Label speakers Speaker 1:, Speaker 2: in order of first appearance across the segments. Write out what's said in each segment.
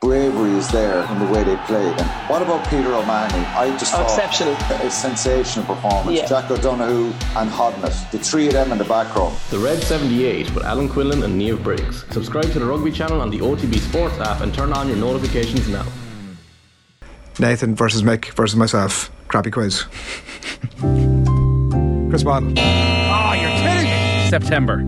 Speaker 1: bravery is there in the way they played. And what about Peter O'Mahony? I just
Speaker 2: Oh,
Speaker 1: thought
Speaker 2: exceptional.
Speaker 1: a sensational performance.
Speaker 2: Yeah.
Speaker 1: Jack O'Donoghue and Hodnett, the three of them in the back row.
Speaker 3: The Red 78 with Alan Quinlan and Neve Briggs. Subscribe to the Rugby channel on the OTB Sports app and turn on your notifications now.
Speaker 4: Nathan versus Mick versus myself. Crappy quiz. Chris Waddle.
Speaker 5: Oh, you're kidding me.
Speaker 6: September.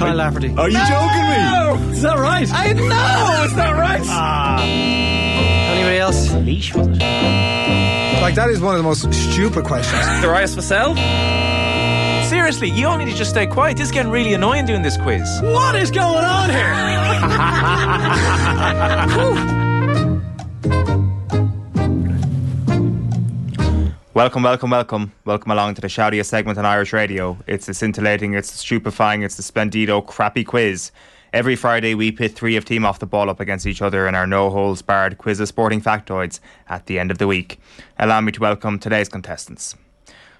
Speaker 5: Kyle Lafferty.
Speaker 7: Are you joking me?
Speaker 5: Is that right?
Speaker 6: I know it's not right.
Speaker 5: Anybody else?
Speaker 6: leash was it?
Speaker 4: Like, that is one of the most stupid questions.
Speaker 6: Darius Vassell.
Speaker 7: Seriously, you all need to just stay quiet. This is getting really annoying doing this quiz.
Speaker 5: What is going on here?
Speaker 8: Welcome, welcome, welcome. Welcome along to the shoutiest segment on Irish radio. It's the scintillating, it's the stupefying, it's the splendido crappy quiz. Every Friday, we pit three of team off the ball up against each other in our no holes barred quiz of sporting factoids at the end of the week. Allow me to welcome today's contestants.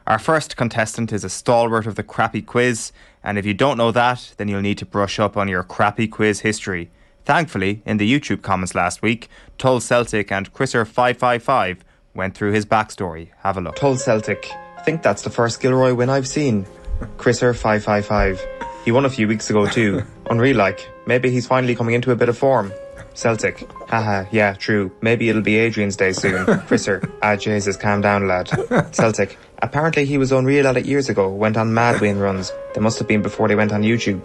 Speaker 8: Our first contestant is a stalwart of the crappy quiz, and if you don't know that, then you'll need to brush up on your crappy quiz history. Thankfully, in the YouTube comments last week, Tull Celtic and Chriser555 went through his backstory. Have a look. Tull Celtic. I think that's the first Gilroy win I've seen. Chriser555. He won a few weeks ago too. Unreal like. Maybe he's finally coming into a bit of form. Celtic. Haha, yeah, true. Maybe it'll be Adrian's day soon. Chriser. Ah, Jesus, calm down, lad. Celtic. Apparently he was unreal at it years ago, went on mad win runs. They must have been before they went on YouTube.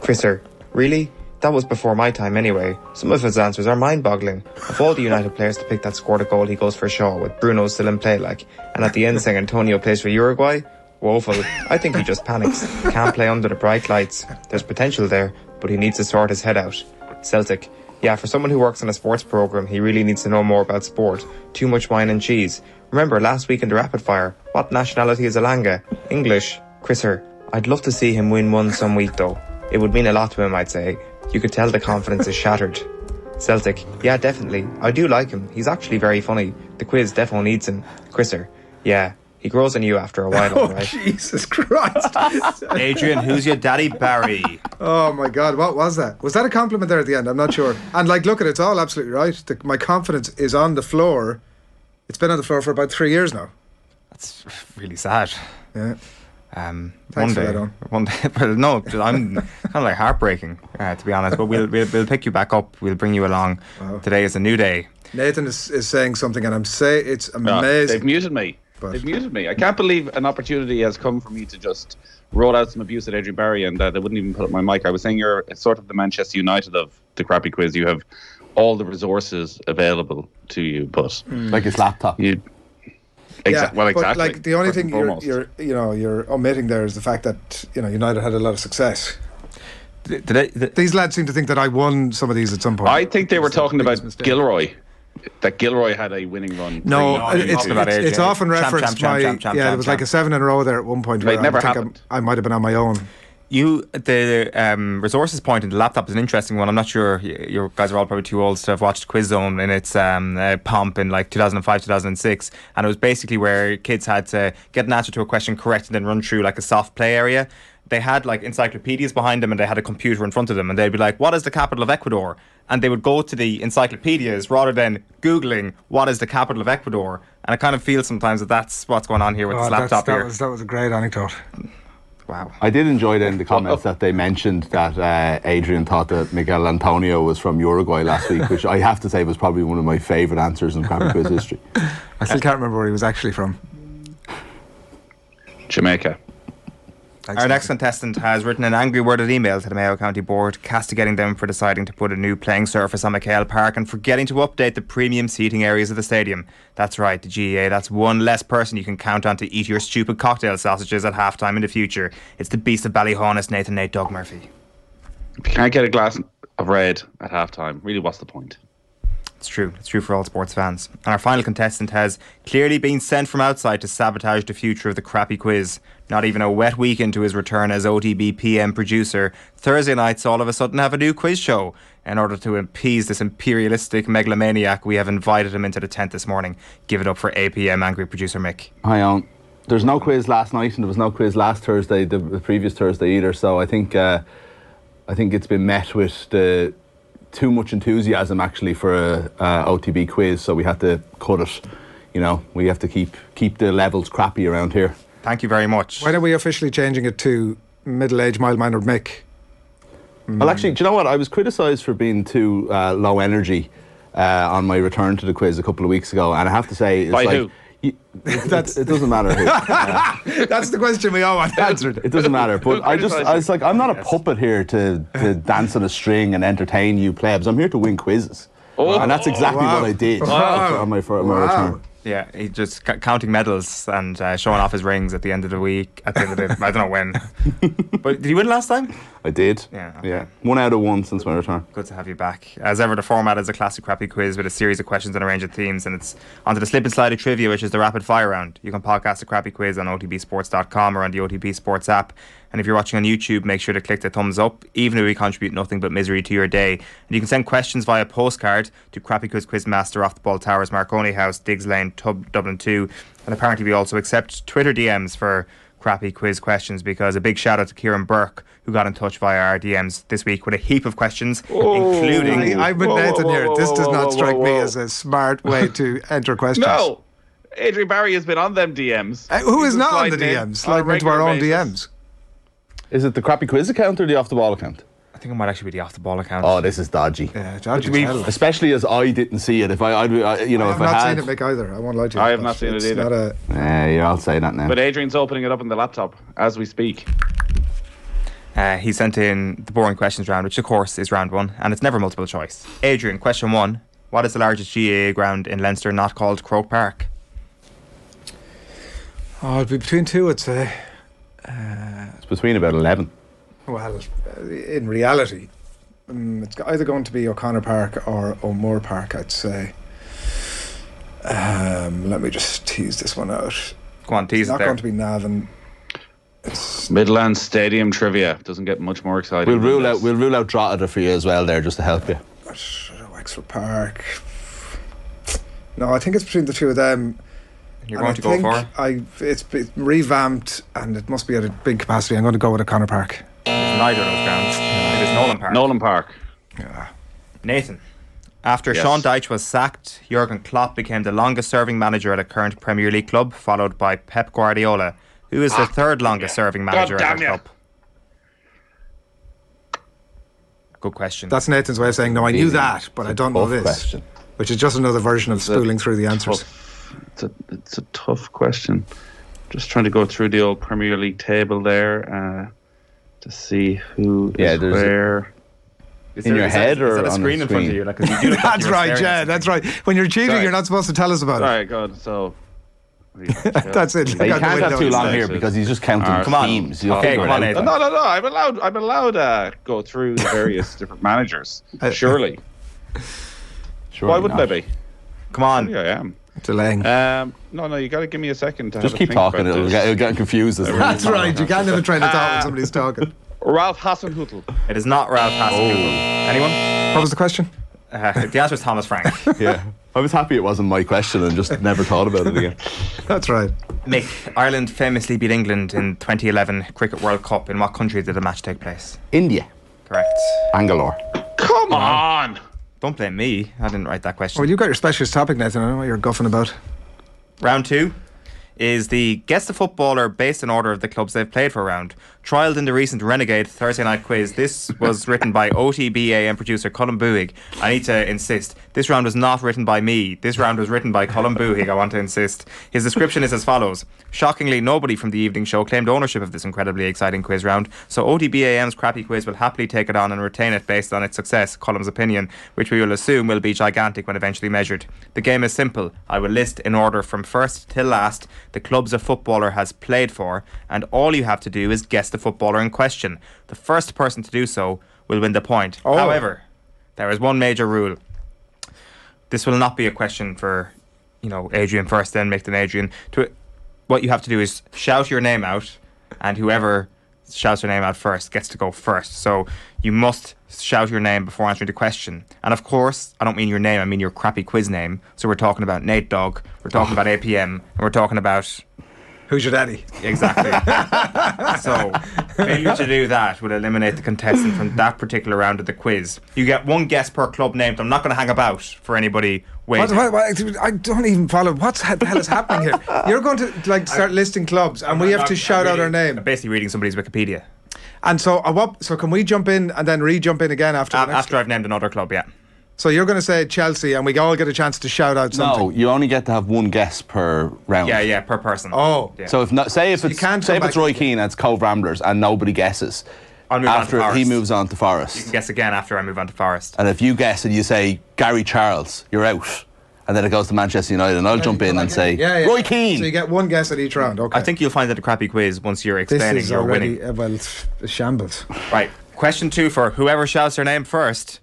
Speaker 8: Chriser. Really? That was before my time anyway. Some of his answers are mind boggling. Of all the United players to pick that scored a goal, he goes for Shaw, with Bruno still in play like. And at the end saying Antonio plays for Uruguay? Woeful. I think he just panics. Can't play under the bright lights. There's potential there, but he needs to sort his head out. Celtic. Yeah, for someone who works on a sports program, he really needs to know more about sport. Too much wine and cheese. Remember last week in the rapid fire, what nationality is Alanga? English. Chriser. I'd love to see him win one some week though. It would mean a lot to him, I'd say. You could tell the confidence is shattered. Celtic. Yeah, definitely. I do like him. He's actually very funny. The quiz definitely needs him. Chriser. Yeah. He grows on you after a while,
Speaker 4: Oh,
Speaker 8: alright.
Speaker 4: Jesus Christ.
Speaker 8: Adrian, who's your daddy Barry?
Speaker 4: Oh, my God. What was that? Was that a compliment there at the end? I'm not sure. And, like, look at it, it's all absolutely right. The, my confidence is on the floor. It's been on the floor for about three years now.
Speaker 8: That's really sad.
Speaker 4: Yeah.
Speaker 8: Um,
Speaker 4: Thanks
Speaker 8: one
Speaker 4: for
Speaker 8: day,
Speaker 4: that, Owen.
Speaker 8: one day. Well, no, I'm kind of like heartbreaking uh, to be honest. But we'll, we'll we'll pick you back up. We'll bring you along. Today is a new day.
Speaker 4: Nathan is, is saying something, and I'm say it's
Speaker 7: Ah,
Speaker 9: No, Ah, they've
Speaker 4: amazing.
Speaker 9: muted me.
Speaker 4: But-
Speaker 9: They've muted me. I can't believe an opportunity has come for me to just roll out some abuse at Adrian Barry and uh, they wouldn't even put up my mic. I was saying you're sort of the Manchester United of the crappy quiz. You have all the resources available to you, but
Speaker 6: Like his laptop.
Speaker 9: you. Exa- well,
Speaker 4: Hmm.
Speaker 9: exactly.
Speaker 4: But like the only
Speaker 9: first
Speaker 4: thing
Speaker 9: and
Speaker 4: you're,
Speaker 9: foremost.
Speaker 4: you're, you know, you're omitting there is the fact that you know United had a lot of success.
Speaker 8: Did, did I, did-
Speaker 4: These lads seem to think that I won some of these at some point.
Speaker 9: I think they were
Speaker 4: It's the
Speaker 9: talking
Speaker 4: biggest
Speaker 9: about
Speaker 4: mistake.
Speaker 9: Gilroy. That Gilroy had a winning run.
Speaker 4: No,
Speaker 9: Three-
Speaker 8: No,
Speaker 4: it-
Speaker 8: you're
Speaker 4: it's,
Speaker 8: talking about
Speaker 4: it's,
Speaker 8: AJ.
Speaker 4: it's often
Speaker 8: Champ, champ,
Speaker 4: referenced
Speaker 8: champ,
Speaker 4: by
Speaker 8: champ, champ,
Speaker 4: yeah, it
Speaker 8: champ,
Speaker 4: was like
Speaker 8: champ.
Speaker 4: a seven in a row there at one point.
Speaker 9: But it
Speaker 4: where
Speaker 9: never
Speaker 4: I think
Speaker 9: happened.
Speaker 4: I'm- I might have been on my own.
Speaker 8: you the um, resources point in the laptop is an interesting one. I'm not sure y- you guys are all probably too old to have watched Quiz Zone in its um, uh, pomp in like 2005, 2006, and it was basically where kids had to get an answer to a question correct and then run through like a soft play area. They had like encyclopedias behind them and they had a computer in front of them, and they'd be like, "What is the capital of Ecuador?" And they would go to the encyclopedias rather than googling what is the capital of Ecuador. And I kind of feel sometimes that that's what's going on here with this laptop
Speaker 4: Oh, that
Speaker 8: here.
Speaker 4: was that was a great anecdote.
Speaker 8: wow.
Speaker 6: I did enjoy then the comments that they mentioned that uh, Adrian thought that Miguel Antonio was from Uruguay last week, which I have to say was probably one of my favourite answers in Crappy Quiz history.
Speaker 4: I still can't remember where he was actually from.
Speaker 9: Jamaica.
Speaker 4: Thanks,
Speaker 8: Our next
Speaker 4: Nathan.
Speaker 8: contestant has written an angry worded email to the Mayo County Board, castigating them for deciding to put a new playing surface on McHale Park and forgetting to update the premium seating areas of the stadium. That's right, the GEA, that's one less person you can count on to eat your stupid cocktail sausages at halftime in the future. It's the beast of Ballyhonest, Nathan Nate Doug Murphy.
Speaker 9: If you can't get a glass of red at halftime, really, what's the point?
Speaker 8: It's true. It's true for all sports fans. And our final contestant has clearly been sent from outside to sabotage the future of the crappy quiz. Not even a wet week into his return as OTB PM producer, Thursday nights all of a sudden have a new quiz show. In order to appease this imperialistic megalomaniac, we have invited him into the tent this morning. Give it up for APM angry producer Mick.
Speaker 6: Hi, Owen. There's no quiz last night, and there was no quiz last Thursday, the, the previous Thursday either. So I think uh, I think it's been met with the too much enthusiasm actually for a, a OTB quiz, so we had to cut it. You know, we have to keep keep the levels crappy around here.
Speaker 8: Thank you very much.
Speaker 4: When are we officially changing it to middle-aged, mild-mannered Mick?
Speaker 6: Well, actually, do you know what? I was criticised for being too uh, low energy uh, on my return to the quiz a couple of weeks ago, and I have to say, it's
Speaker 9: By
Speaker 6: like,
Speaker 9: who?
Speaker 6: You, it, it doesn't matter who. Uh,
Speaker 4: That's the question we all want answered.
Speaker 6: it doesn't matter. But I just,
Speaker 9: criticised you?
Speaker 6: I was like, I'm not a puppet here to, to dance on a string and entertain you plebs. I'm here to win quizzes.
Speaker 9: Oh.
Speaker 6: and that's exactly
Speaker 4: Wow.
Speaker 6: what I did
Speaker 4: Wow.
Speaker 6: on my, fir- my
Speaker 4: Wow.
Speaker 6: return.
Speaker 8: Yeah, he just c- counting medals and uh, showing off his rings at the end of the week. At the end of the, I don't know when. But did you win last time?
Speaker 6: I did.
Speaker 8: Yeah, okay.
Speaker 6: Yeah. One out of one since my return.
Speaker 8: Good to have you back. As ever, the format is a classic crappy quiz with a series of questions and a range of themes, and it's onto the slip and slide of trivia, which is the rapid fire round. You can podcast the crappy quiz on otbsports.com or on the OTB Sports app. And if you're watching on YouTube, make sure to click the thumbs up, even if we contribute nothing but misery to your day. And you can send questions via postcard to Crappy Quiz Quizmaster off the ball towers, Marconi House, Diggs Lane, Tub, Dublin 2. And apparently, we also accept Twitter DMs for crappy quiz questions because a big shout out to Kieran Burke who got in touch via our DMs this week with a heap of questions, including
Speaker 4: Oh, I, I've been
Speaker 9: Whoa, whoa,
Speaker 4: Nathan
Speaker 9: whoa,
Speaker 4: here.
Speaker 9: whoa,
Speaker 4: this does
Speaker 9: whoa,
Speaker 4: not
Speaker 9: whoa,
Speaker 4: strike
Speaker 9: whoa,
Speaker 4: me
Speaker 9: whoa.
Speaker 4: as a smart way to enter questions.
Speaker 9: No, Adrian Barry has been on them DMs.
Speaker 4: Uh, who is
Speaker 9: He's been
Speaker 4: not on the
Speaker 9: sliding in
Speaker 4: DMs?
Speaker 9: on a
Speaker 4: Sliding into our
Speaker 9: regular
Speaker 4: own
Speaker 9: basis.
Speaker 4: DMs.
Speaker 6: Is it the crappy quiz account or the off the ball account?
Speaker 8: I think it might actually be the off the ball account.
Speaker 6: Oh, this is dodgy.
Speaker 4: Yeah, dodgy
Speaker 8: we-
Speaker 4: as hell.
Speaker 6: Especially as I didn't see it. If I, I'd, I you know,
Speaker 4: I
Speaker 6: if
Speaker 4: have
Speaker 6: I
Speaker 4: not
Speaker 6: had,
Speaker 4: seen it, Mick, either. I won't lie to you.
Speaker 9: I have
Speaker 4: but
Speaker 9: not seen it
Speaker 4: it's
Speaker 9: either.
Speaker 4: Not a,
Speaker 6: Eh, yeah, I'll say that now.
Speaker 9: But Adrian's opening it up on the laptop as we speak.
Speaker 8: Uh, he sent in the boring questions round, which of course is round one, and it's never multiple choice. Adrian, question one: What is the largest GAA ground in Leinster not called Croke Park?
Speaker 4: oh, it'd be between two, I'd say.
Speaker 6: it's between about eleven.
Speaker 4: Well, uh, in reality, um, it's either going to be O'Connor Park or O'Moore Park, I'd say. Um, let me just tease this one out.
Speaker 8: Go on, tease
Speaker 4: It's not
Speaker 8: it there.
Speaker 4: going to be Navan. It's
Speaker 9: Midland Stadium trivia doesn't get much more exciting.
Speaker 6: We'll
Speaker 9: than
Speaker 6: rule
Speaker 9: this.
Speaker 6: out. We'll rule out Drogheda for you as well there, just to help you.
Speaker 4: Wexford Park. No, I think it's between the two of them.
Speaker 8: You're
Speaker 4: And
Speaker 8: going
Speaker 4: I
Speaker 8: to go
Speaker 4: think
Speaker 8: for it.
Speaker 4: I, it's been revamped and it must be at a big capacity. I'm going to go with O'Connor Park.
Speaker 8: It's neither of those grounds. It is Nolan Park.
Speaker 9: Nolan Park.
Speaker 8: Nathan. After
Speaker 9: Yes.
Speaker 8: Sean Dyche was sacked, Jurgen Klopp became the longest serving manager at a current Premier League club, followed by Pep Guardiola, who is the third longest serving manager at
Speaker 9: Ah. damn
Speaker 8: a
Speaker 9: you.
Speaker 8: club. Good question.
Speaker 4: That's Nathan's way of saying, no, I knew that, but I don't know
Speaker 6: Tough
Speaker 4: this.
Speaker 6: question.
Speaker 4: Which is just another version of spooling through the answers.
Speaker 9: It's a, it's a tough question. Just trying to go through the old Premier League table there uh, to see who
Speaker 6: Yeah,
Speaker 9: is
Speaker 6: there's a-
Speaker 9: where.
Speaker 8: Is
Speaker 6: in your
Speaker 8: is
Speaker 6: head
Speaker 8: that, is
Speaker 6: or
Speaker 8: that a
Speaker 6: on a
Speaker 8: screen in front of
Speaker 6: screen?
Speaker 8: you? Like, 'cause you do look like
Speaker 4: That's
Speaker 8: you're
Speaker 4: right,
Speaker 8: staring
Speaker 4: yeah,
Speaker 8: at
Speaker 4: that's right. When you're cheating,
Speaker 9: Sorry.
Speaker 4: you're not supposed to tell us about
Speaker 9: All
Speaker 4: it.
Speaker 9: right, good. So
Speaker 4: That's it.
Speaker 6: He
Speaker 4: Look out
Speaker 6: can't
Speaker 4: the
Speaker 6: have
Speaker 4: window.
Speaker 6: too long
Speaker 9: That's
Speaker 6: here
Speaker 9: it.
Speaker 6: because he's just counting
Speaker 9: Alright.
Speaker 8: Come on.
Speaker 6: teams. You'll
Speaker 8: Okay,
Speaker 6: figure
Speaker 8: come on,
Speaker 6: it
Speaker 8: Aidan.
Speaker 6: out.
Speaker 9: No, no, no. I'm allowed. I'm allowed uh, go through the various different managers. Surely.
Speaker 6: Surely
Speaker 9: Why wouldn't
Speaker 6: not.
Speaker 9: I be?
Speaker 8: you. Come on.
Speaker 9: Yeah, I am.
Speaker 4: Delaying.
Speaker 6: Uh,
Speaker 9: Um, no, no. You got to give me a second to
Speaker 6: Just
Speaker 9: have a
Speaker 6: keep
Speaker 9: think
Speaker 6: talking.
Speaker 9: about
Speaker 6: It'll
Speaker 9: this.
Speaker 6: get, it'll get confused. as well.
Speaker 4: That's right, you can't have a train of thought when somebody's talking.
Speaker 9: Ralph Hasenhutl.
Speaker 8: It is not Ralph Hasenhuttl. Anyone?
Speaker 4: What was the question?
Speaker 8: Oh. Uh, the answer is Thomas Frank.
Speaker 6: Yeah. I was happy it wasn't my question and just never thought about it again.
Speaker 4: That's right.
Speaker 8: Mick, Ireland famously beat England in 2011 Cricket World Cup. In what country did the match take place?
Speaker 6: India.
Speaker 8: Correct.
Speaker 6: Bangalore.
Speaker 9: Come
Speaker 6: Uh-huh.
Speaker 9: on.
Speaker 8: Don't blame me. I didn't write that question.
Speaker 4: Well, you got your specialist topic, Nathan. I don't know what you're guffing about.
Speaker 8: Round two is the guess the footballer based on order of the clubs they've played for round. Trialed in the recent Renegade Thursday night quiz. This was written by OTBA and producer Colin Buig. I need to insist. This round was not written by me. This round was written by Colin Buig. I want to insist. His description is as follows. Shockingly, nobody from the evening show claimed ownership of this incredibly exciting quiz round, so OTBAM's crappy quiz will happily take it on and retain it based on its success, Column's opinion, which we will assume will be gigantic when eventually measured. The game is simple. I will list in order from first till last the clubs a footballer has played for, and all you have to do is guess the footballer in question. The first person to do so will win the point. However, there is one major rule this will not be a question for, you know, Adrian first, then Mick, then Adrian. To what you have to do is shout your name out, and whoever shouts your name out first gets to go first. So you must shout your name before answering the question. And of course, I don't mean your name; I mean your crappy quiz name. So we're talking about Nate Dog, we're talking about APM, and we're talking about
Speaker 4: Who's your daddy?
Speaker 8: exactly. so Failure to do that will eliminate the contestant from that particular round of the quiz. You get one guess per club named. I'm not going to hang about for anybody
Speaker 4: What,
Speaker 8: waiting.
Speaker 4: what, what, I don't even follow. What the hell is happening here? You're going to like start listing clubs, and we have to
Speaker 8: I'm
Speaker 4: shout out
Speaker 8: reading-
Speaker 4: our
Speaker 8: I'm
Speaker 4: name.
Speaker 8: basically reading somebody's Wikipedia.
Speaker 4: And so, uh, what, so can we jump in and then re-jump in again after? the
Speaker 8: Af-
Speaker 4: next
Speaker 8: After I've named another club, yeah.
Speaker 4: So you're going to say Chelsea, and we all get a chance to shout out something.
Speaker 6: No, you only get to have one guess per round.
Speaker 8: Yeah, yeah, per person.
Speaker 4: Oh.
Speaker 8: Yeah.
Speaker 6: So if not, say if it's
Speaker 4: can't
Speaker 6: say if
Speaker 4: come
Speaker 6: it's
Speaker 4: back-
Speaker 6: Roy Keane, and it's Cove Ramblers, and nobody guesses.
Speaker 8: I'll move on to
Speaker 6: after he
Speaker 8: Forest.
Speaker 6: moves on to
Speaker 8: You can
Speaker 6: Forest,
Speaker 8: guess again after I move on to Forest.
Speaker 6: and if you guess and you say Gary Charles, you're out, and then it goes to Manchester United, and I'll jump in and say
Speaker 4: yeah, yeah.
Speaker 6: Roy Keane.
Speaker 4: So you get one guess at each round. Okay.
Speaker 8: I think you'll find that a crappy quiz once you're
Speaker 4: this
Speaker 8: explaining
Speaker 4: is
Speaker 8: you're
Speaker 4: already
Speaker 8: winning.
Speaker 4: uh, well it's a shambles.
Speaker 8: Right. Question two for whoever shouts their name first.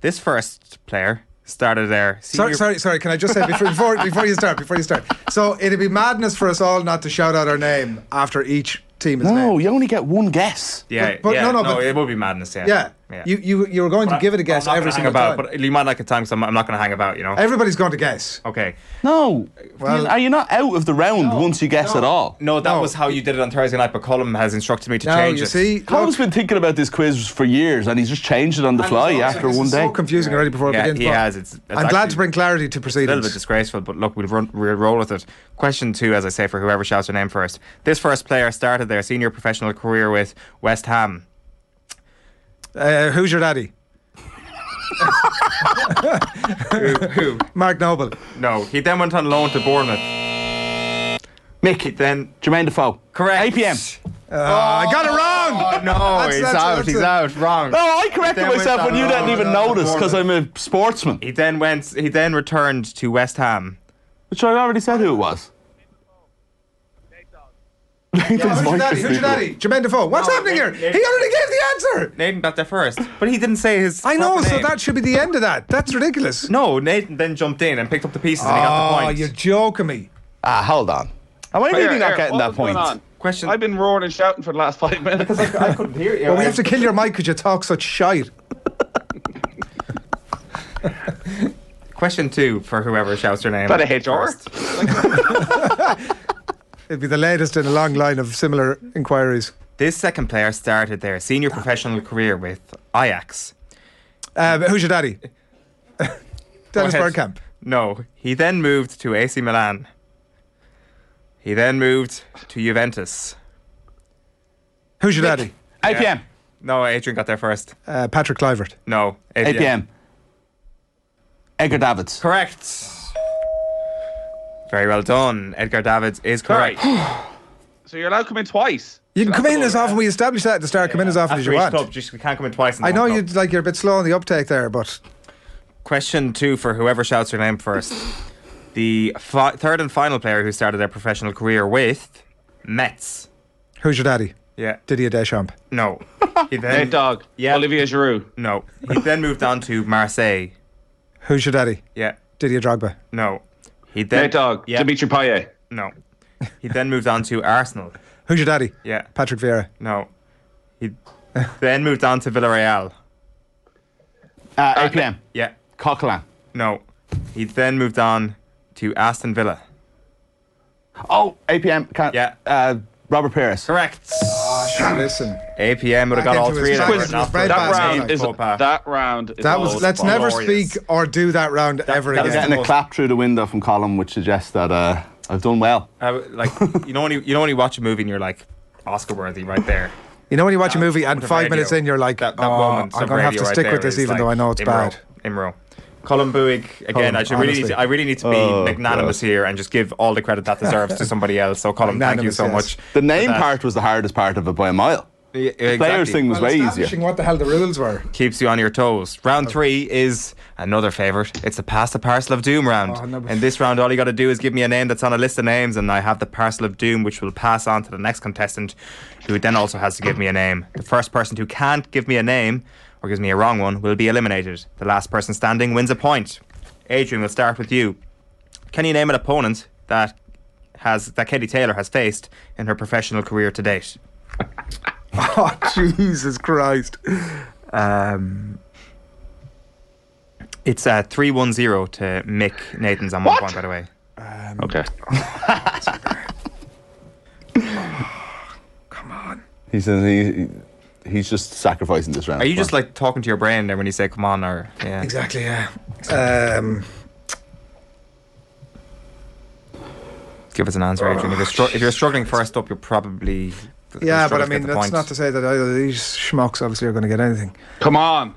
Speaker 8: This first player started their
Speaker 4: Sorry,
Speaker 8: senior.
Speaker 4: sorry, sorry. Can I just say before, before before you start, before you start? So it'd be madness for us all not to shout out our name after each team is
Speaker 6: no,
Speaker 4: named.
Speaker 6: you only get one guess.
Speaker 8: Yeah,
Speaker 4: But- but
Speaker 8: yeah,
Speaker 4: no,
Speaker 8: no,
Speaker 4: no,
Speaker 8: no,
Speaker 4: but-
Speaker 8: it would be madness. Yeah,
Speaker 4: Yeah. You you you were going to give it a guess
Speaker 8: I'm not
Speaker 4: every
Speaker 8: gonna hang
Speaker 4: single
Speaker 8: about,
Speaker 4: time.
Speaker 8: But you might like a time, so I'm, I'm not going to hang about. You know.
Speaker 4: Everybody's going to guess.
Speaker 8: okay.
Speaker 6: No,
Speaker 4: Well-
Speaker 6: are you not out of the round once you guess at all?
Speaker 8: No, that
Speaker 4: No.
Speaker 8: was how you did it on Thursday night. But Colum has instructed me to
Speaker 4: Now
Speaker 8: change
Speaker 4: you
Speaker 8: it.
Speaker 4: see,
Speaker 6: Cole's been thinking about this quiz for years, and he's just changed it on the fly
Speaker 4: Also,
Speaker 6: after
Speaker 4: this
Speaker 6: one
Speaker 4: is
Speaker 6: day.
Speaker 4: so confusing already before
Speaker 8: Yeah,
Speaker 4: it begins.
Speaker 8: he
Speaker 4: but
Speaker 8: has. It's- it's
Speaker 4: I'm glad
Speaker 8: actually-
Speaker 4: to bring clarity to
Speaker 8: A little bit
Speaker 4: proceedings.
Speaker 8: disgraceful, but look, we'll, run, we'll roll with it. Question two, as I say, for whoever shouts their name first. This first player started their senior professional career with West Ham.
Speaker 4: Uh, who's your daddy?
Speaker 8: Who? who?
Speaker 4: Mark Noble.
Speaker 8: No, he then went on loan to Bournemouth. Mick, he then
Speaker 6: Jermaine Defoe.
Speaker 8: correct.
Speaker 6: APM.
Speaker 4: Oh, I got it wrong.
Speaker 8: Oh no,
Speaker 4: That's-
Speaker 8: he's
Speaker 4: that's-
Speaker 8: out.
Speaker 4: that's
Speaker 8: he's
Speaker 4: it.
Speaker 8: out. Wrong.
Speaker 6: No, I corrected
Speaker 8: Then went
Speaker 6: myself when
Speaker 8: down
Speaker 6: you
Speaker 8: the
Speaker 6: didn't
Speaker 8: road
Speaker 6: even
Speaker 8: and on the
Speaker 6: notice because
Speaker 8: corner.
Speaker 6: I'm a sportsman.
Speaker 8: He then went. He then returned to West Ham.
Speaker 6: Which I already said who it was. Nathan's
Speaker 4: Who's your
Speaker 6: mic
Speaker 4: daddy?
Speaker 6: is
Speaker 4: Who's your
Speaker 6: legal.
Speaker 4: daddy? Jermaine Defoe. What's
Speaker 8: No,
Speaker 4: happening here?
Speaker 8: Nick-
Speaker 4: He
Speaker 8: Nick-
Speaker 4: already gave the answer.
Speaker 8: Nathan got there first, but he didn't say his.
Speaker 4: I know,
Speaker 8: proper
Speaker 4: so
Speaker 8: name.
Speaker 4: that should be the end of that. That's ridiculous.
Speaker 8: No, Nathan then jumped in and picked up the pieces and he got the
Speaker 4: Oh,
Speaker 8: point.
Speaker 4: you're joking me.
Speaker 6: Ah, hold on. Am I
Speaker 9: Here,
Speaker 6: really
Speaker 9: here,
Speaker 6: not getting
Speaker 9: what
Speaker 6: that
Speaker 9: was going
Speaker 6: point?
Speaker 9: on?
Speaker 8: Question.
Speaker 9: I've been roaring and shouting for the last five minutes.
Speaker 8: I couldn't hear you.
Speaker 4: Well, we have to kill your mic because you talk such shite.
Speaker 8: Question two for whoever shouts their name.
Speaker 9: Is that a HR?
Speaker 8: first.
Speaker 4: It'd be the latest in a long line of similar inquiries.
Speaker 8: This second player started their senior professional career with Ajax.
Speaker 4: Uh, but who's your daddy? Dennis
Speaker 8: ahead.
Speaker 4: Bergkamp.
Speaker 8: No, he then moved to AC Milan. He then moved to Juventus.
Speaker 4: Who's your daddy?
Speaker 6: APM.
Speaker 8: No, Adrian got there first.
Speaker 4: Uh, Patrick Clivert.
Speaker 8: No,
Speaker 6: APM. Edgar Davids.
Speaker 8: Correct. Very well done. Edgar Davids is
Speaker 9: Sorry.
Speaker 8: correct.
Speaker 9: so you're allowed to come in twice.
Speaker 4: You can
Speaker 9: That's
Speaker 4: come in
Speaker 9: all
Speaker 4: as
Speaker 9: right.
Speaker 4: often. We established that at the start. Come in as often as
Speaker 8: After
Speaker 4: you
Speaker 8: each
Speaker 4: want.
Speaker 8: club, just we can't come in twice. in
Speaker 4: I
Speaker 8: one
Speaker 4: know
Speaker 8: club.
Speaker 4: you like you're a bit slow on the uptake there, but
Speaker 8: Question two for whoever shouts their name first. the fi- third and final player who started their professional career with Mets.
Speaker 4: who's your daddy?
Speaker 8: Yeah.
Speaker 4: Didier Deschamps.
Speaker 8: No. He then,
Speaker 9: Nate Dog.
Speaker 8: Yeah.
Speaker 9: Olivier Giroud.
Speaker 8: No. He then moved on to Marseille.
Speaker 4: Who's your daddy?
Speaker 8: Yeah.
Speaker 4: Didier Drogba.
Speaker 8: No. He then
Speaker 9: Nate Dog.
Speaker 8: Yeah.
Speaker 9: Dimitri Payet.
Speaker 8: No. He then moved on to Arsenal.
Speaker 4: Who's your daddy?
Speaker 8: Yeah.
Speaker 4: Patrick Vieira.
Speaker 8: No. He then moved on to Villarreal.
Speaker 6: Uh, APM.
Speaker 8: Yeah.
Speaker 6: Coquelin.
Speaker 8: No. He then moved on to Aston Villa.
Speaker 6: Oh, APM. Can't,
Speaker 8: Yeah.
Speaker 6: Uh, Robert Pierce.
Speaker 8: Correct.
Speaker 4: Listen,
Speaker 8: APM would have got
Speaker 4: into
Speaker 8: all
Speaker 4: his
Speaker 8: three of
Speaker 4: quiz,
Speaker 8: them.
Speaker 4: his brain
Speaker 9: That
Speaker 4: Fast
Speaker 9: round
Speaker 4: round.
Speaker 9: is that round. Is
Speaker 4: that was.
Speaker 9: all
Speaker 4: Let's
Speaker 9: about-
Speaker 4: never
Speaker 8: glorious.
Speaker 4: speak or do that round ever
Speaker 8: that is
Speaker 4: again.
Speaker 6: Getting a
Speaker 8: Most-
Speaker 6: clap through the window from Colin, which suggests that uh, I've done well.
Speaker 8: Uh, like you know when you, you know when you watch a movie and you're like Oscar worthy right there.
Speaker 4: You know when you watch a movie and
Speaker 8: With
Speaker 4: five
Speaker 8: radio.
Speaker 4: minutes in, you're like,
Speaker 8: that, that
Speaker 4: oh,
Speaker 8: moment
Speaker 4: I'm
Speaker 8: of
Speaker 4: going to have
Speaker 8: radio
Speaker 4: to
Speaker 8: right
Speaker 4: stick with
Speaker 8: there
Speaker 4: this,
Speaker 8: is
Speaker 4: even though I
Speaker 8: like
Speaker 4: know it's
Speaker 8: Imro,
Speaker 4: bad.
Speaker 8: Imro. Colin Buick again.
Speaker 4: Colin,
Speaker 8: I should really need
Speaker 4: honestly.
Speaker 8: to, I really need to be
Speaker 6: Oh,
Speaker 8: magnanimous here and just give all the credit that deserves to somebody else. So Colin, thank you
Speaker 4: Magnanimous,
Speaker 8: so
Speaker 4: yes.
Speaker 8: much.
Speaker 6: The name
Speaker 8: that.
Speaker 6: part was the hardest part of it by a mile.
Speaker 8: Yeah, exactly.
Speaker 6: Players thing was
Speaker 4: Well,
Speaker 6: way
Speaker 4: establishing
Speaker 6: easier.
Speaker 4: what the hell the rules were.
Speaker 8: keeps you on your toes. Round three is another favourite. It's the pass the parcel of doom round.
Speaker 4: Oh, no.
Speaker 8: In this round, all you got to do is give me a name that's on a list of names, and I have the parcel of doom, which will pass on to the next contestant, who then also has to give me a name. The first person who can't give me a name or gives me a wrong one will be eliminated. The last person standing wins a point. Adrian, we'll start with you. Can you name an opponent that has that Katie Taylor has faced in her professional career to date?
Speaker 4: Oh, Jesus Christ.
Speaker 8: Um, it's uh, 310 to Mick Nathan's on one point, by the way.
Speaker 9: Okay.
Speaker 6: He's he, he's just sacrificing this round.
Speaker 8: Are you just like talking to your brain there when you say "come on" or yeah?
Speaker 4: Exactly, yeah. Um,
Speaker 8: Give us an answer, Adrian. If you're, str- if you're struggling first up, you're probably you'll
Speaker 4: yeah,
Speaker 8: struggle
Speaker 4: but I
Speaker 8: to get
Speaker 4: mean,
Speaker 8: the
Speaker 4: that's
Speaker 8: point.
Speaker 4: not to say that either of these schmucks obviously are going to get anything.
Speaker 9: Come on.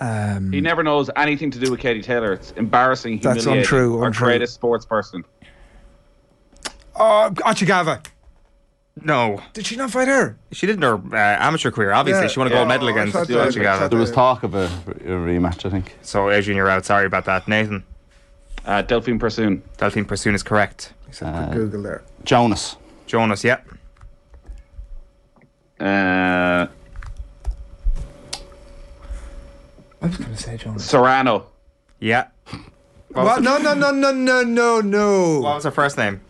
Speaker 4: Um,
Speaker 9: He never knows anything to do with Katie Taylor. It's embarrassing,
Speaker 4: That's
Speaker 9: humiliating.
Speaker 4: untrue,
Speaker 9: Our
Speaker 4: untrue.
Speaker 9: greatest sports person.
Speaker 4: oh, Achigava.
Speaker 8: No,
Speaker 4: Did she not fight her?
Speaker 8: she did in her uh, amateur career. Obviously,
Speaker 4: Yeah,
Speaker 8: she won a
Speaker 4: yeah.
Speaker 8: gold medal
Speaker 4: Oh, I
Speaker 8: against
Speaker 4: thought
Speaker 9: that-
Speaker 8: Portugal.
Speaker 4: I
Speaker 6: there
Speaker 4: thought
Speaker 6: was talk of a, a rematch, I think.
Speaker 8: So, Adrian, you're out. Sorry about that, Nathan.
Speaker 9: Uh, Delphine Pursoon.
Speaker 8: Delphine Pursoon is correct.
Speaker 6: Uh,
Speaker 4: Google there.
Speaker 6: Jonas.
Speaker 8: Jonas, yeah.
Speaker 9: Uh,
Speaker 4: I was going to say Jonas.
Speaker 9: Serrano.
Speaker 8: Yeah.
Speaker 4: Well,
Speaker 8: What was,
Speaker 4: no, no, no, no, no, no, no.
Speaker 8: what was her first name?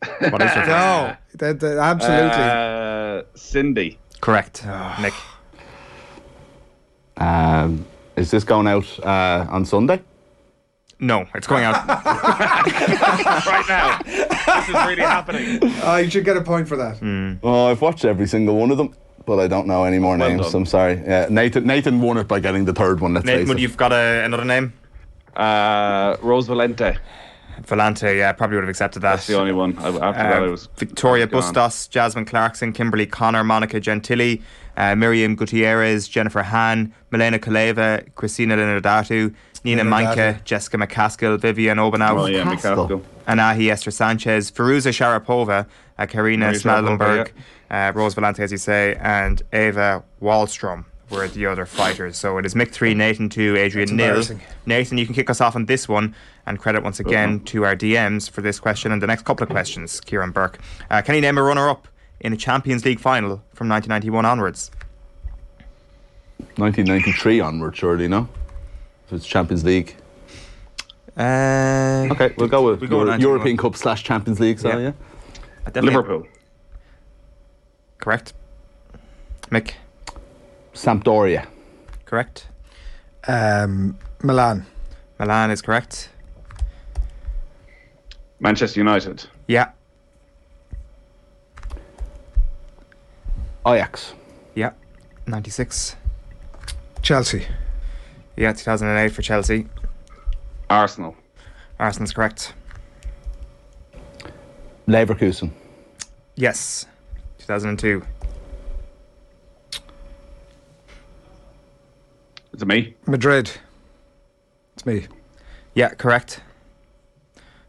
Speaker 8: What is her first
Speaker 4: no, that, that- absolutely.
Speaker 9: Uh, Cindy.
Speaker 8: Correct, Nick.
Speaker 6: Um, is this going out uh, on Sunday?
Speaker 8: No, it's going out.
Speaker 9: Right now. this is really happening.
Speaker 4: Oh, you should get a point for that.
Speaker 6: Oh, I've watched every single one of them, but I don't know any more names.
Speaker 9: done.
Speaker 6: I'm sorry. Yeah, Nathan Nathan won it by getting the third one. Let's
Speaker 8: Nathan,
Speaker 6: face
Speaker 8: would
Speaker 6: it.
Speaker 8: you've got a, another name?
Speaker 9: Uh, Rose Valente.
Speaker 8: Valente, yeah, probably would have accepted that.
Speaker 9: That's the only one. I, after that,
Speaker 8: Uh,
Speaker 9: it was
Speaker 8: Victoria
Speaker 9: gone.
Speaker 8: Bustos, Jasmine Clarkson, Kimberly Connor, Monica Gentili, uh, Miriam Gutierrez, Jennifer Hahn, Milena Kaleva, Christina Linardatu, Nina
Speaker 4: Linardatu.
Speaker 8: Manka, Jessica McCaskill, Vivian Obanov,
Speaker 9: Oh, yeah, McCaskill.
Speaker 8: Anahi Esther Sanchez, Feruza Sharapova, uh, Karina
Speaker 9: Maria Sharapova,
Speaker 8: Smalenberg, uh, Rose Valente, as you say, and Eva Wallstrom were the other fighters. So it is Mick 3, Nathan 2, Adrian nil.
Speaker 4: embarrassing.
Speaker 8: Nathan, you can kick us off on this one and credit once again to our DMs for this question and the next couple of questions, Kieran Burke. Uh, can you name a runner up in a Champions League final from 1991 onwards?
Speaker 6: 1993 onward, surely no. If it's Champions League.
Speaker 8: Uh,
Speaker 6: Okay, we'll go with
Speaker 8: We go with
Speaker 6: Euro-
Speaker 8: 91.
Speaker 6: European Cup slash Champions League. So
Speaker 8: Yeah.
Speaker 6: yeah.
Speaker 9: Liverpool.
Speaker 8: Correct. Mick,
Speaker 6: Sampdoria.
Speaker 8: correct.
Speaker 4: Um, Milan.
Speaker 8: Milan is correct.
Speaker 9: Manchester United.
Speaker 8: Yeah,
Speaker 6: Ajax.
Speaker 8: yeah. 96.
Speaker 4: Chelsea.
Speaker 8: Yeah, 2008 for Chelsea.
Speaker 9: Arsenal.
Speaker 8: Arsenal's correct.
Speaker 6: Leverkusen.
Speaker 8: Yes. 2002.
Speaker 9: Is it me?
Speaker 4: Madrid. It's me.
Speaker 8: Yeah, correct.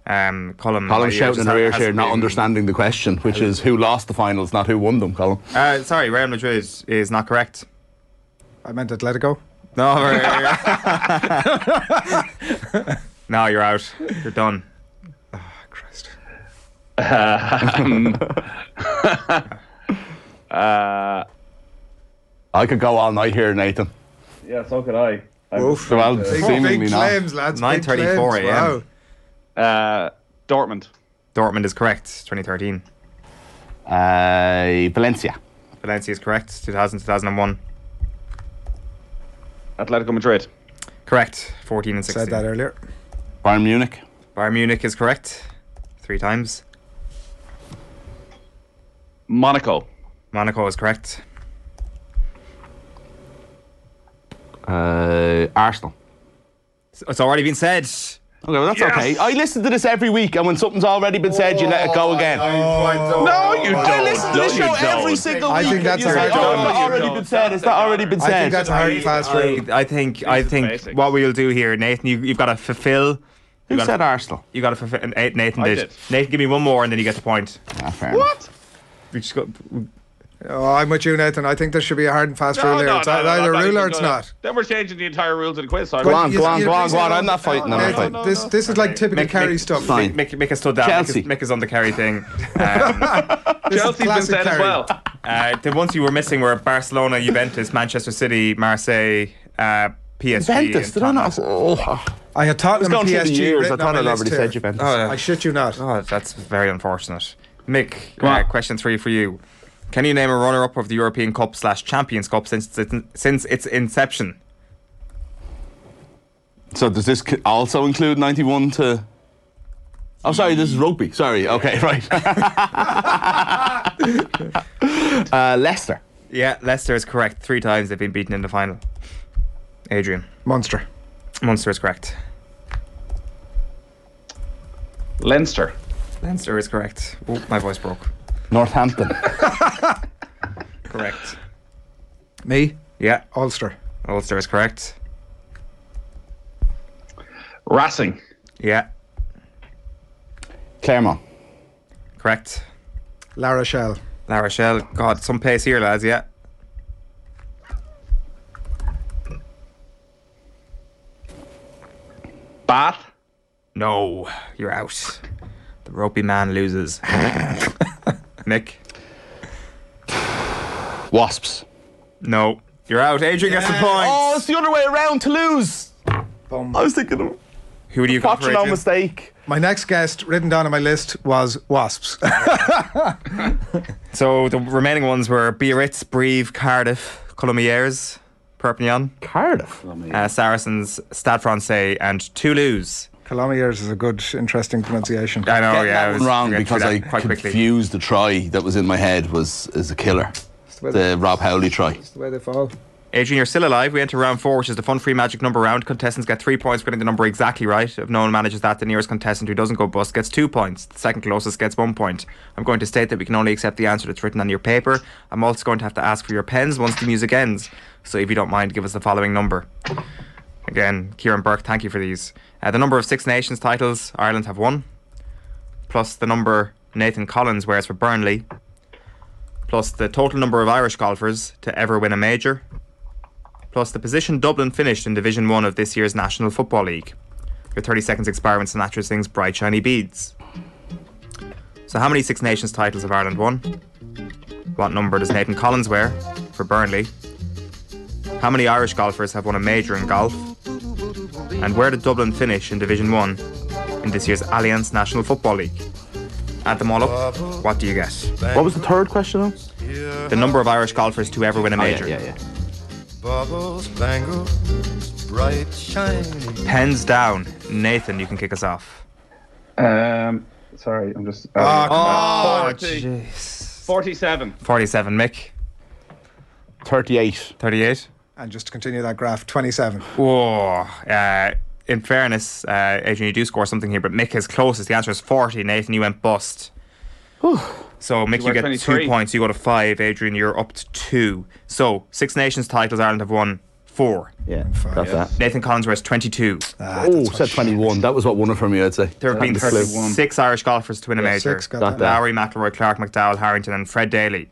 Speaker 8: Um, Colin.
Speaker 6: Colin
Speaker 8: uh, yeah,
Speaker 6: shouting in
Speaker 8: just
Speaker 6: her
Speaker 8: ha-
Speaker 6: ear
Speaker 8: hasn't
Speaker 6: here, not
Speaker 8: been-
Speaker 6: understanding the question, which is who lost the finals, not who won them, Colin.
Speaker 8: Uh, sorry, Real Madrid is, is not correct.
Speaker 4: I meant Atletico.
Speaker 8: No, we're- no, you're out. You're done.
Speaker 4: Christ.
Speaker 6: I could go all night here, Nathan.
Speaker 9: Yeah, so could I.
Speaker 4: Oof.
Speaker 6: Well,
Speaker 4: Big,
Speaker 6: seemingly
Speaker 4: big
Speaker 6: not.
Speaker 4: claims, lads.
Speaker 8: 9:34
Speaker 4: 9.34
Speaker 8: a.m..
Speaker 4: Wow.
Speaker 9: Uh, Dortmund.
Speaker 8: Dortmund is correct. 2013.
Speaker 6: Uh, Valencia.
Speaker 8: Valencia is correct. 2000, 2001.
Speaker 9: Atletico Madrid.
Speaker 8: Correct. 14 and 16.
Speaker 4: Said that earlier.
Speaker 6: Bayern Munich.
Speaker 8: Bayern Munich is correct. Three times.
Speaker 9: Monaco.
Speaker 8: Monaco is correct.
Speaker 6: Uh, Arsenal.
Speaker 8: It's- It's already been said.
Speaker 6: Okay, well, that's okay. I listen to this every week, and when something's already been said, you let it go again.
Speaker 9: No, you don't.
Speaker 6: Oh, I listen to this
Speaker 9: No,
Speaker 6: show
Speaker 9: you don't.
Speaker 6: every single
Speaker 4: I
Speaker 6: week.
Speaker 4: think that's
Speaker 6: You
Speaker 4: a
Speaker 6: say,
Speaker 4: hard
Speaker 6: "Oh,
Speaker 4: no,
Speaker 6: it's
Speaker 4: you
Speaker 6: already
Speaker 9: don't.
Speaker 6: been said. It's not already been
Speaker 4: I think
Speaker 6: said.
Speaker 4: that's a hard and fast rule.
Speaker 8: I think I
Speaker 9: the
Speaker 8: think
Speaker 9: basics.
Speaker 8: what we'll do here, Nathan, you, you've got to fulfill.
Speaker 6: Who
Speaker 8: gotta-
Speaker 6: said Arsenal?
Speaker 8: You got to fulfill. and eight- Nathan
Speaker 9: I
Speaker 8: did.
Speaker 9: did.
Speaker 8: Nathan, give me one more, and then you get the point.
Speaker 6: Ah, fair enough.
Speaker 8: We just got,
Speaker 4: Oh, I'm with you, Nathan. I think there should be a hard and fast rule here. it's either
Speaker 9: not
Speaker 4: a rule
Speaker 9: even
Speaker 4: or it's
Speaker 9: gonna-
Speaker 4: not.
Speaker 9: Then we're changing the entire rules of the quiz. So
Speaker 6: Go
Speaker 4: But
Speaker 6: on,
Speaker 4: you-
Speaker 6: go on,
Speaker 4: you-
Speaker 6: go on,
Speaker 4: you-
Speaker 6: go on. I'm not fighting. I'm
Speaker 4: Nathan,
Speaker 6: not fighting.
Speaker 4: this, this is like typical
Speaker 8: Mick-
Speaker 4: Carry
Speaker 8: Mick-
Speaker 4: stuff.
Speaker 6: Fine.
Speaker 8: Mick, Mick has stood down.
Speaker 6: Chelsea.
Speaker 8: Mick, is on the carry thing. Um,
Speaker 4: This is
Speaker 9: Chelsea's been
Speaker 4: classic
Speaker 9: said as
Speaker 4: Kerry.
Speaker 9: well.
Speaker 8: uh, the ones you were missing were Barcelona, Juventus, Manchester City, Marseille, uh, PSG.
Speaker 6: Juventus,
Speaker 8: and
Speaker 6: did I not?
Speaker 8: Tottenham.
Speaker 6: Oh.
Speaker 4: I had Tottenham
Speaker 6: Gone
Speaker 4: and
Speaker 6: through the
Speaker 4: PSG
Speaker 6: years. I
Speaker 4: written on
Speaker 6: thought
Speaker 4: my
Speaker 6: I'd
Speaker 4: list
Speaker 6: already
Speaker 4: here.
Speaker 6: said Juventus.
Speaker 8: Oh, yeah.
Speaker 4: I shit you not.
Speaker 8: Oh, that's very unfortunate. Mick, uh, question three for you. Can you name a runner-up of the European Cup slash Champions Cup since its, since its inception?
Speaker 6: So does this c- also include 91 to?
Speaker 8: Mm.
Speaker 6: Oh, sorry, this is rugby. Sorry. Okay, right. Uh, Leicester.
Speaker 8: Yeah, Leicester is correct. Three times they've been beaten in the final. Adrian,
Speaker 4: Monster.
Speaker 8: Munster is correct.
Speaker 9: Leinster.
Speaker 8: Leinster is correct. Oh, my voice broke.
Speaker 6: Northampton.
Speaker 8: Correct.
Speaker 4: Me.
Speaker 8: Yeah,
Speaker 4: Ulster.
Speaker 8: Ulster is correct.
Speaker 9: Racing.
Speaker 8: Yeah,
Speaker 6: Claremont.
Speaker 8: correct.
Speaker 4: La Rochelle.
Speaker 8: La Rochelle. God, some pace here, lads. Yeah.
Speaker 9: Bath.
Speaker 8: No, you're out. The ropey man loses. Nick.
Speaker 6: Wasps.
Speaker 8: No, you're out. Adrian gets the point.
Speaker 6: Oh, it's the other way around. Toulouse. I was thinking of
Speaker 8: Who do you got for
Speaker 6: watching on
Speaker 8: Adrian?
Speaker 6: mistake.
Speaker 4: My next guest, written down on my list, was Wasps.
Speaker 8: So the remaining ones were Biarritz, Brive, Cardiff, Colomiers, Perpignan,
Speaker 6: Cardiff.
Speaker 8: uh, Saracens, Stade Francais, and Toulouse.
Speaker 4: Kilometers is a good, interesting pronunciation.
Speaker 8: I know,
Speaker 6: Get
Speaker 8: Oh, yeah, I
Speaker 6: that
Speaker 8: was
Speaker 6: one wrong
Speaker 8: getting through
Speaker 6: because I
Speaker 8: that quite
Speaker 6: confused
Speaker 8: quickly.
Speaker 6: the try that was in my head was is a killer.
Speaker 4: the way
Speaker 6: The Rob Howley try.
Speaker 4: That's the way they fall.
Speaker 8: Adrian, you're still alive. We enter round four, which is the fun free magic number round. Contestants get three points for getting the number exactly right. If no one manages that, the nearest contestant who doesn't go bust gets two points. The second closest gets one point. I'm going to state that we can only accept the answer that's written on your paper. I'm also going to have to ask for your pens once the music ends. So if you don't mind, give us the following number. Again, Kieran Burke, thank you for these. Uh, the number of Six Nations titles Ireland have won, plus the number Nathan Collins wears for Burnley, plus the total number of Irish golfers to ever win a major, plus the position Dublin finished in Division 1 of this year's National Football League. Your 30 seconds expire when Sinatra sings Bright Shiny Beads. So, how many Six Nations titles have Ireland won? What number does Nathan Collins wear for Burnley? How many Irish golfers have won a major in golf? And where did Dublin finish in Division 1 in this year's Alliance National Football League? Add them all up, what do you get?
Speaker 6: What was the third question? though?
Speaker 8: The number of Irish golfers to ever win a
Speaker 6: Oh,
Speaker 8: major.
Speaker 6: yeah, yeah, yeah.
Speaker 2: Bubbles, bangles, bright, shiny.
Speaker 8: Pens down. Nathan, you can kick us off.
Speaker 9: Um, sorry, I'm just.
Speaker 8: Oh,
Speaker 9: Forty-seven.
Speaker 8: 47, Mick.
Speaker 6: 38.
Speaker 8: 38.
Speaker 4: And just to continue that graph, 27.
Speaker 8: Whoa. Uh, in fairness, uh, Adrian, you do score something here, but Mick is closest. The answer is 40. Nathan, you went bust. So, Mick, you
Speaker 9: were
Speaker 8: get
Speaker 9: 23.
Speaker 8: two points. You go to five. Adrian, you're up to two. So, Six Nations titles Ireland have won four.
Speaker 6: Yeah, that's that.
Speaker 8: Nathan Collins wears 22.
Speaker 6: oh, said 21. That was what won it for me, I'd say.
Speaker 8: There have been
Speaker 6: Had the clue.
Speaker 8: 36 Irish golfers to win a
Speaker 4: Yeah,
Speaker 8: major.
Speaker 4: six, got
Speaker 6: That-
Speaker 4: that.
Speaker 6: that.
Speaker 8: Lowry, McIlroy, Clark, McDowell, Harrington, and Fred Daly.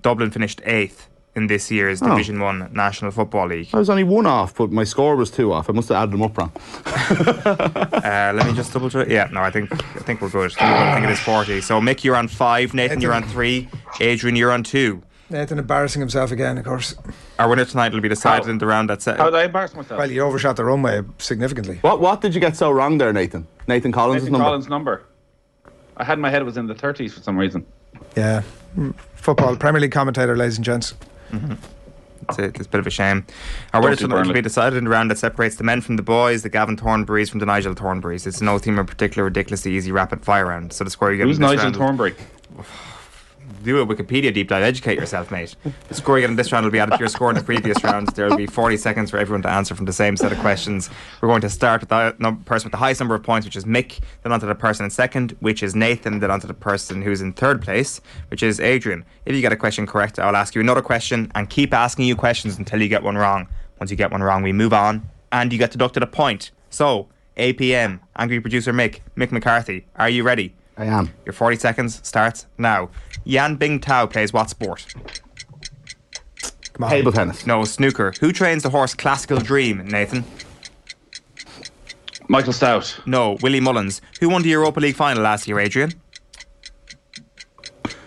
Speaker 8: Dublin finished eighth in this year's
Speaker 6: Oh.
Speaker 8: Division One National Football League.
Speaker 6: I was only one off, but my score was two off. I must have added them up wrong.
Speaker 8: Uh, let me just double check. Yeah, no, I think I think we're good. I think, we're good. I think it is forty. So Mick, you're on five. Nathan, you're on three. Adrian, you're on two.
Speaker 4: Nathan embarrassing himself again, of course.
Speaker 8: Our winner tonight will be decided
Speaker 9: How?
Speaker 8: in the round that's set.
Speaker 9: Oh. How did I embarrass myself?
Speaker 4: Well, you overshot the runway significantly.
Speaker 6: What What did you get so wrong there, Nathan? Nathan Collins'
Speaker 9: Nathan
Speaker 6: number?
Speaker 9: Collins' number. I had in my head it was in the 30s for some reason.
Speaker 4: Yeah. Mm, Football, Premier League commentator, ladies and gents.
Speaker 8: It's a, it's a bit of a shame. Our winner
Speaker 9: do
Speaker 8: tonight will
Speaker 9: Burnley.
Speaker 8: be decided in the round that separates the men from the boys, the Gavin Thornberrys from the Nigel Thornberrys. It's no team in particular, ridiculously easy rapid fire round. So the score you get
Speaker 9: Who's
Speaker 8: in this
Speaker 9: Nigel
Speaker 8: round is-
Speaker 9: Thornbury?
Speaker 8: do a Wikipedia deep dive. Educate yourself, mate. The score you get in this round will be added to your score in the previous round. There will be 40 seconds for everyone to answer from the same set of questions. We're going to start with the num- person with the highest number of points, which is Mick, then onto the person in second, which is Nathan, then onto the person who's in third place, which is Adrian. If you get a question correct, I'll ask you another question and keep asking you questions until you get one wrong. Once you get one wrong, we move on and you get deducted a point. So, APM, Angry Producer Mick, Mick McCarthy, are you ready?
Speaker 6: I am.
Speaker 8: Your 40 seconds starts now. Yan Bing Tao plays what sport?
Speaker 4: Come on.
Speaker 6: Table tennis.
Speaker 8: No, snooker. Who trains the horse Classical Dream, Nathan?
Speaker 9: Michael Stout.
Speaker 8: No, Willie Mullins. Who won the Europa League final last year, Adrian?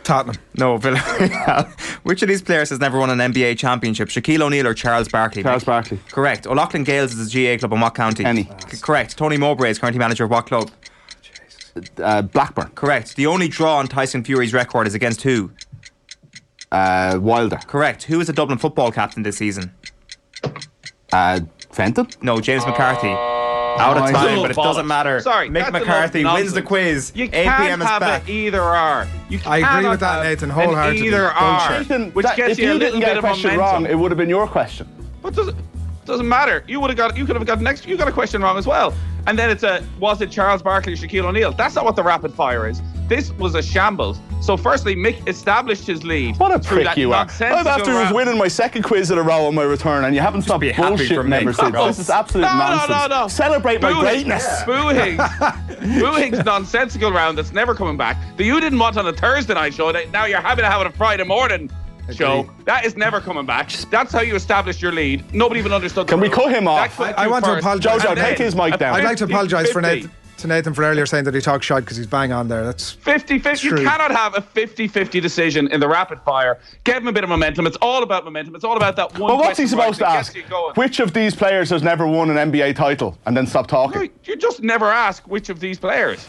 Speaker 4: Tottenham.
Speaker 8: No, Villarreal. Which of these players has never won an NBA championship? Shaquille O'Neal or Charles Barkley?
Speaker 6: Charles
Speaker 8: Mick?
Speaker 6: Barkley.
Speaker 8: Correct. O'Loughlin Gales is a GA club in what county?
Speaker 6: Kenny.
Speaker 8: C- correct. Tony Mowbray is currently manager of what club?
Speaker 6: Uh, Blackburn.
Speaker 8: Correct. The only draw on Tyson Fury's record is against who?
Speaker 6: Uh, Wilder.
Speaker 8: Correct. Who is the Dublin football captain this season?
Speaker 6: Uh, Fenton.
Speaker 8: No, James McCarthy. out of time,
Speaker 9: Oh,
Speaker 8: but it
Speaker 9: bollocks.
Speaker 8: doesn't matter.
Speaker 9: Sorry,
Speaker 8: Mick
Speaker 9: that's enough
Speaker 8: McCarthy wins
Speaker 9: nonsense.
Speaker 8: the quiz.
Speaker 9: You
Speaker 8: 8
Speaker 9: can't
Speaker 8: p.m. is
Speaker 9: have e-
Speaker 8: back.
Speaker 9: it either or. You
Speaker 4: I agree
Speaker 9: cannot
Speaker 4: with that,
Speaker 9: have
Speaker 4: Nathan,
Speaker 9: an
Speaker 4: wholeheartedly.
Speaker 9: Either or,
Speaker 4: Bullshit.
Speaker 6: Nathan,
Speaker 9: which
Speaker 6: that-
Speaker 9: gets
Speaker 6: if
Speaker 9: you a
Speaker 6: you didn't
Speaker 9: little
Speaker 6: get
Speaker 9: bit
Speaker 6: a
Speaker 9: of
Speaker 6: question
Speaker 9: momentum.
Speaker 6: wrong, it would have been your question.
Speaker 9: But doesn't doesn't matter. You would have got you could have got next. You got a question wrong as well. And then it's a was it Charles Barkley, Shaquille O'Neal? That's not what the rapid fire is. This was a shambles. So firstly, Mick established his lead.
Speaker 6: What a
Speaker 9: through
Speaker 6: prick
Speaker 9: that
Speaker 6: you are.
Speaker 9: nonsensical
Speaker 6: I'm after was
Speaker 9: round.
Speaker 6: winning my second quiz in a row on my return, and you haven't stopped
Speaker 8: be happy for
Speaker 6: bullshitting
Speaker 8: me.
Speaker 6: ever since.
Speaker 8: No.
Speaker 6: This is absolute
Speaker 9: No, no,
Speaker 6: nonsense.
Speaker 9: no, no.
Speaker 6: Celebrate my
Speaker 9: Booing.
Speaker 6: greatness.
Speaker 9: Booing. Booing's nonsensical round that's never coming back. That you didn't want on a Thursday night show. That now you're happy to have it on a Friday morning show. That is never coming back. That's how you established your lead. Nobody even understood. the
Speaker 6: Can we
Speaker 9: rules.
Speaker 6: cut him off?
Speaker 9: That could
Speaker 4: I- I
Speaker 9: do
Speaker 4: want to
Speaker 9: first.
Speaker 4: apologise.
Speaker 6: Jojo,
Speaker 9: And
Speaker 6: take
Speaker 9: then
Speaker 6: his mic down.
Speaker 4: I'd like to
Speaker 9: 50,
Speaker 4: apologise for
Speaker 9: 50.
Speaker 4: Nathan, to Nathan for earlier saying that he talks shite because he's bang on there. That's
Speaker 9: 50 50. You
Speaker 4: True.
Speaker 9: cannot have a 50 50 decision in the rapid fire. Give him a bit of momentum. It's all about momentum. It's all about that one.
Speaker 6: But what's he
Speaker 9: question mark
Speaker 6: supposed to
Speaker 9: that
Speaker 6: ask?
Speaker 9: gets you going.
Speaker 6: Which of these players has never won an NBA title? And then stop talking.
Speaker 9: No, You just never ask which of these players.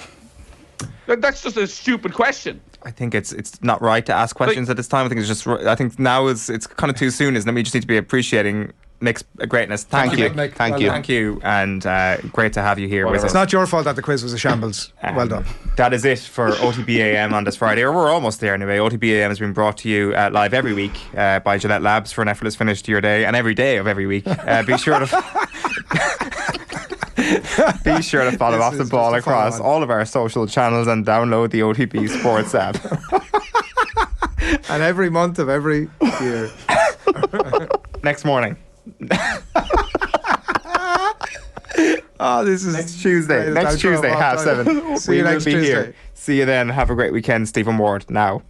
Speaker 9: That- That's just a stupid question.
Speaker 8: I think it's it's not right to ask questions at this time. I think it's just ri- I think now is it's kind of too soon, isn't it? We just need to be appreciating Mick's greatness. Thank,
Speaker 4: you,
Speaker 8: you,
Speaker 4: Mick.
Speaker 8: thank
Speaker 4: Well
Speaker 8: you,
Speaker 4: done.
Speaker 8: thank you, and uh, great to have you here with
Speaker 4: it's
Speaker 8: us.
Speaker 4: not your fault that the quiz was a shambles. well done.
Speaker 8: That is it for OTBAM on this Friday, or we're almost there anyway. OTBAM has been brought to you uh, live every week uh, by Gillette Labs for an effortless finish to your day, and every day of every week. Uh, be sure to. Be sure to follow
Speaker 4: This
Speaker 8: off the
Speaker 4: is
Speaker 8: ball
Speaker 4: just a follow
Speaker 8: across
Speaker 4: on.
Speaker 8: all of our social channels and download the OTB Sports app.
Speaker 4: And every month of every year.
Speaker 8: Next morning. oh, this is next Tuesday.
Speaker 4: greatest
Speaker 8: Next
Speaker 4: outro
Speaker 8: Tuesday,
Speaker 4: of all
Speaker 8: half
Speaker 4: time.
Speaker 8: seven.
Speaker 4: See you
Speaker 8: will
Speaker 4: next
Speaker 8: be
Speaker 4: Tuesday.
Speaker 8: Here. See you then. Have a great weekend, Stephen Ward. Now.